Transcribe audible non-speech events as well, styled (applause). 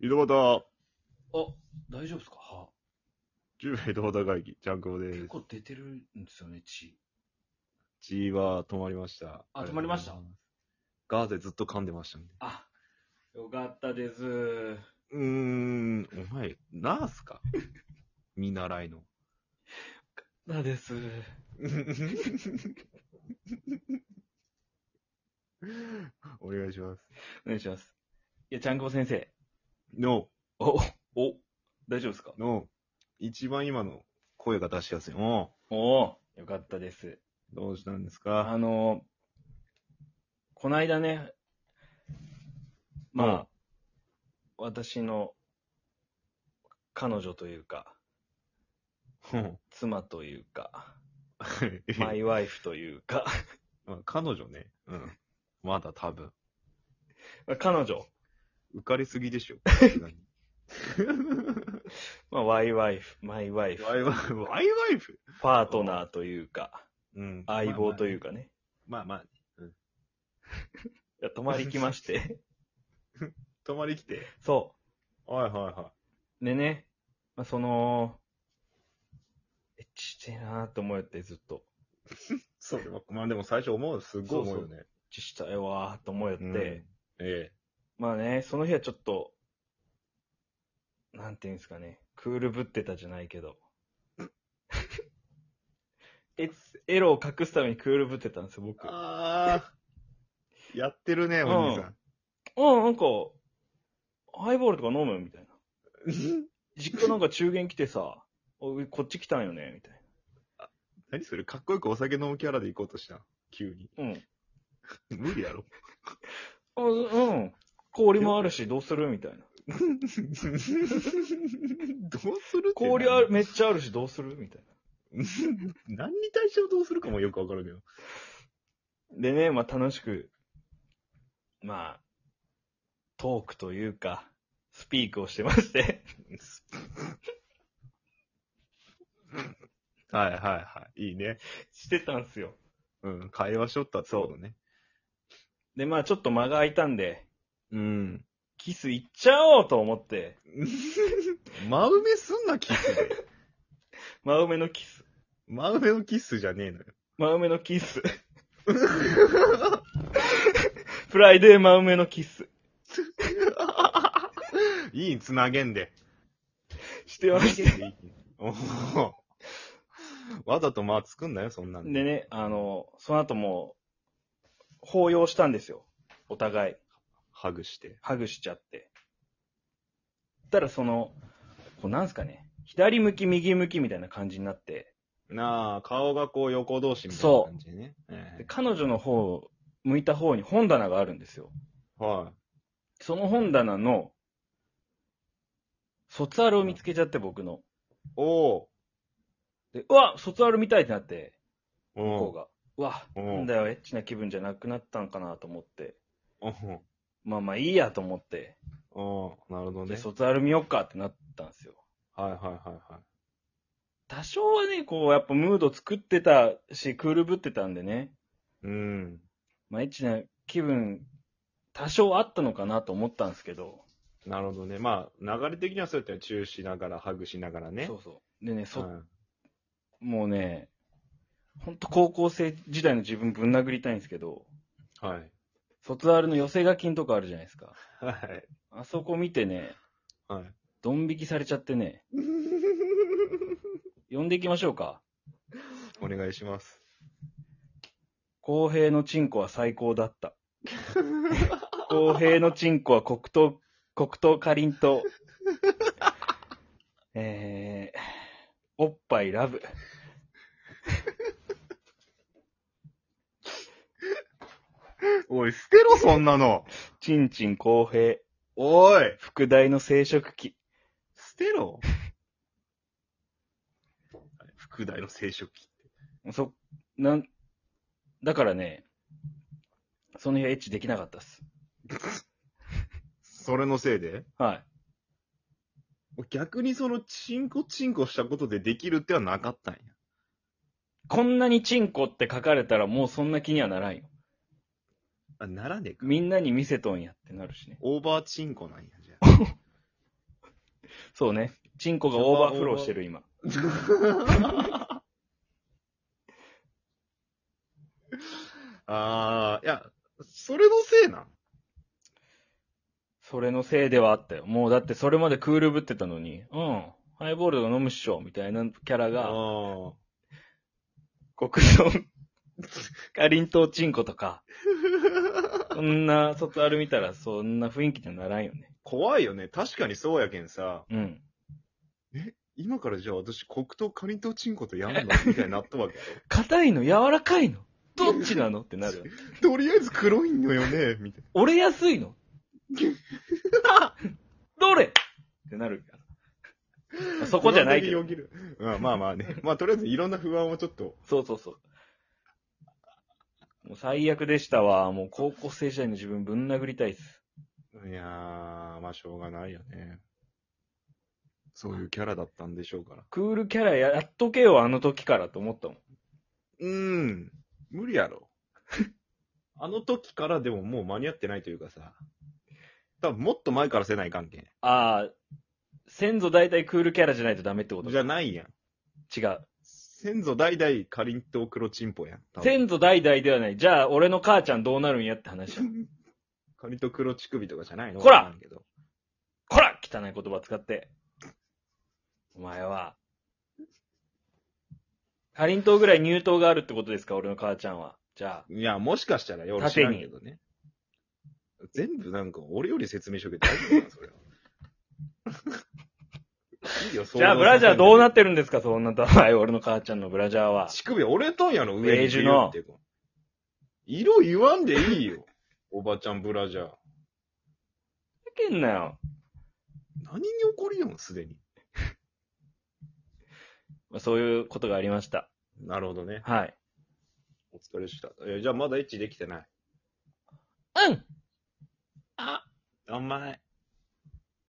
井戸端、あ、大丈夫ですかは10代井戸端会議、ジャンクボで結す。構出てるんですよね、血。血は止まりました。あ止まりましたガーゼずっと噛んでましたね。あ、よかったです。うーん、お前、ナースか (laughs) 見習いの。 (laughs) なです。お願いします。お願いします。いや、ちゃんこ先生。の、お、お、大丈夫ですかの、一番今の声が出しやすい。おおーよかったです。うどうしたんですあかの、こないだね、まあ、私の彼女というか、 (laughs) うん妻という (laughs) か、まマイワイフというか、あ彼女ね。うん。まだ多分。彼女、浮かれすぎで (laughs) しょ。さすがにまあ、ワイワイフ、マイワイフ。ワイワイ、ワイワイフパートナーというか、うん相棒というか。かね。まあまあ、いや泊まり来まして。泊まり来て。 (laughs) そはいはいはう。でね、まあ、その、エッチしてえなと思ってずっと。い。そう。まあでも最初思う、すっごい思うよね。エッチしたいわーと思って、うんええまあね、その日はちょっと、なんていうんですかね、クールぶってたじゃないけ (laughs) ど。エエロを隠すためにクールぶってたんですよ、僕。うん、ああ。やってるね、お兄さなんか、ハイボールとか飲むみたいな。ん。実家なんか中元来てさ、 (laughs) おいこっち来たんよねみたい (laughs) 何それかっこよくお酒飲むキャラで行こうとしたん急に。な。うん。無理やろ。あうん。氷もあるし、どうするみたいな。どうするって何氷ある、。めっちゃあるし、どうするみたい何に対してどうするかもよくわからんけど。な。でね、まあ楽しく、まあ、トークというか、スピークをしてまして。 (laughs) はいはいはい。いいね。してたんすよ。うん。会話しとったってことね。で、まあちょっと間が空いたんで、うん。キスいっちゃおうと思って、真埋めすんな、キスで。真埋めのキス。真埋めのキスじゃねえ (laughs) のよ。真埋めのキス。 (laughs) プライデー真埋めのキス。いい、つなげんで。してまして。いいおーわざとまあ作んなよ、そんなんでね、あの、その後もう、抱擁したんですよ。お互い。ハグして。ハグしちゃって。たらその、こうなんすかね、左向き右向きみたいな感じになって、なあ、顔がこう横同士みたいな感じでね。えでえ彼女の方、向いた方に本棚があるんですよ。はその本棚の、卒アルを見つけちゃって僕の。い。おーで、うわ卒アル見たいってなって、お向こうおが。うわうんなんだよ、エッチな気分じゃなくなったんかなと思って。おまあまあいいやと思って。おなるほどで、ね。卒アル見よっかってなったんですよ。はいはいはいはい。多少はね、こう、やっぱムード作ってたし、クールぶってたんでね、うん。まあ、エッチな気分、多少あったのかなと思ったんですけど、なるほどね。まあ、流れ的にはそうやったらチューしながら、ハグしながらね。そうそう。でね、そ、うんもうね、ほんと高校生時代の自分ぶん殴りたいんですけど、はい。卒アルの寄せ書きんとかあるじゃないですか。はい。あそこ見てね、はい。ドン引きされちゃっ (laughs) てね、呼んでいきましょうか。お願いします。公平のチンコは最高だった。公平のチンコは黒糖、黒糖かりんとう。えー、おっぱいラブ。おい、捨てろ、そんなのチンチン公平。おい副大の生殖器。捨てろ (laughs) 副大の生殖器。そ、なん、だからね、その日はエッチできなかったっす。それのせいではい。逆にその、チンコチンコしたことでできるってはなかったんや。こんなにチンコって書かれたらもうそんな気にはならんよ。あ、ならねえか。みんなに見せとんやってなるしね。オーバーチンコなんや、じゃそうね。チンコがオーバーフローしてる今。ああ、いや、それのせいなんそれのせいではあったよ。もうだってそれまでクールぶってたのに、うん。ハイボールが飲むっしょ、みたいなキャラあが、ー国道、かりんとうチンコとか、 (laughs) そんな外ある見たらそんな雰囲気にはならんよね。怖いよね。確かにそうやけんさ。うん。今からじゃあ私黒糖カニとチンコとやんのみたいになったわけや硬いの柔らかいのどっちなのってなるよね。ろ。とりあえず黒いのよね、みたい折れやすいの (laughs) どれってなるから。そな。こじゃないけ不ど安。だけよぎるうんまあまあね。ま (laughs) あとりあえずいろんな不安をちょっと。そうそうそう。もう最悪でしたわ。もう高校生時代の自分ぶん殴りたいっす。いやー、まあしょうがないよね。そういうキャラだったんでしょうから。クールキャラやっとけよ、あの時からと思ったもん。うーん。無理やろ。 (laughs) あの時からでももう間に合ってないというかさ。多分もっと前からせない関係。ああ、先祖代々クールキャラじゃないとダメってことじかゃないやん。違う。先祖代々かりんとう黒チンポやん。多分先祖代々ではない。じゃあ、俺の母ちゃんどうなるんやって話だ。カニと黒乳首とかじゃないのこらわかんけどこら汚い言葉使って。お前は。かりんとうぐらい乳頭があるってことですか俺の母ちゃんは。じゃあ。いや、もしかしたらよ、俺知縦らにんけどね。全部なんか、俺より説明しとけ大丈夫な、それは。いいよ、じゃあ、ブラジャーどうなっってるんですかそんな名前。俺の母ちゃんのブラジャーは。乳首折れとんやろ、上ベにージュのビューってこう色言わんでいいよ。おばちゃんブラジャー。ふざけんなよ。何に怒りよん、すでに。まあ、そういうことがありました。なるほどね。はい。お疲れでした。えじゃあまだエッチできてない。うんあ、お前。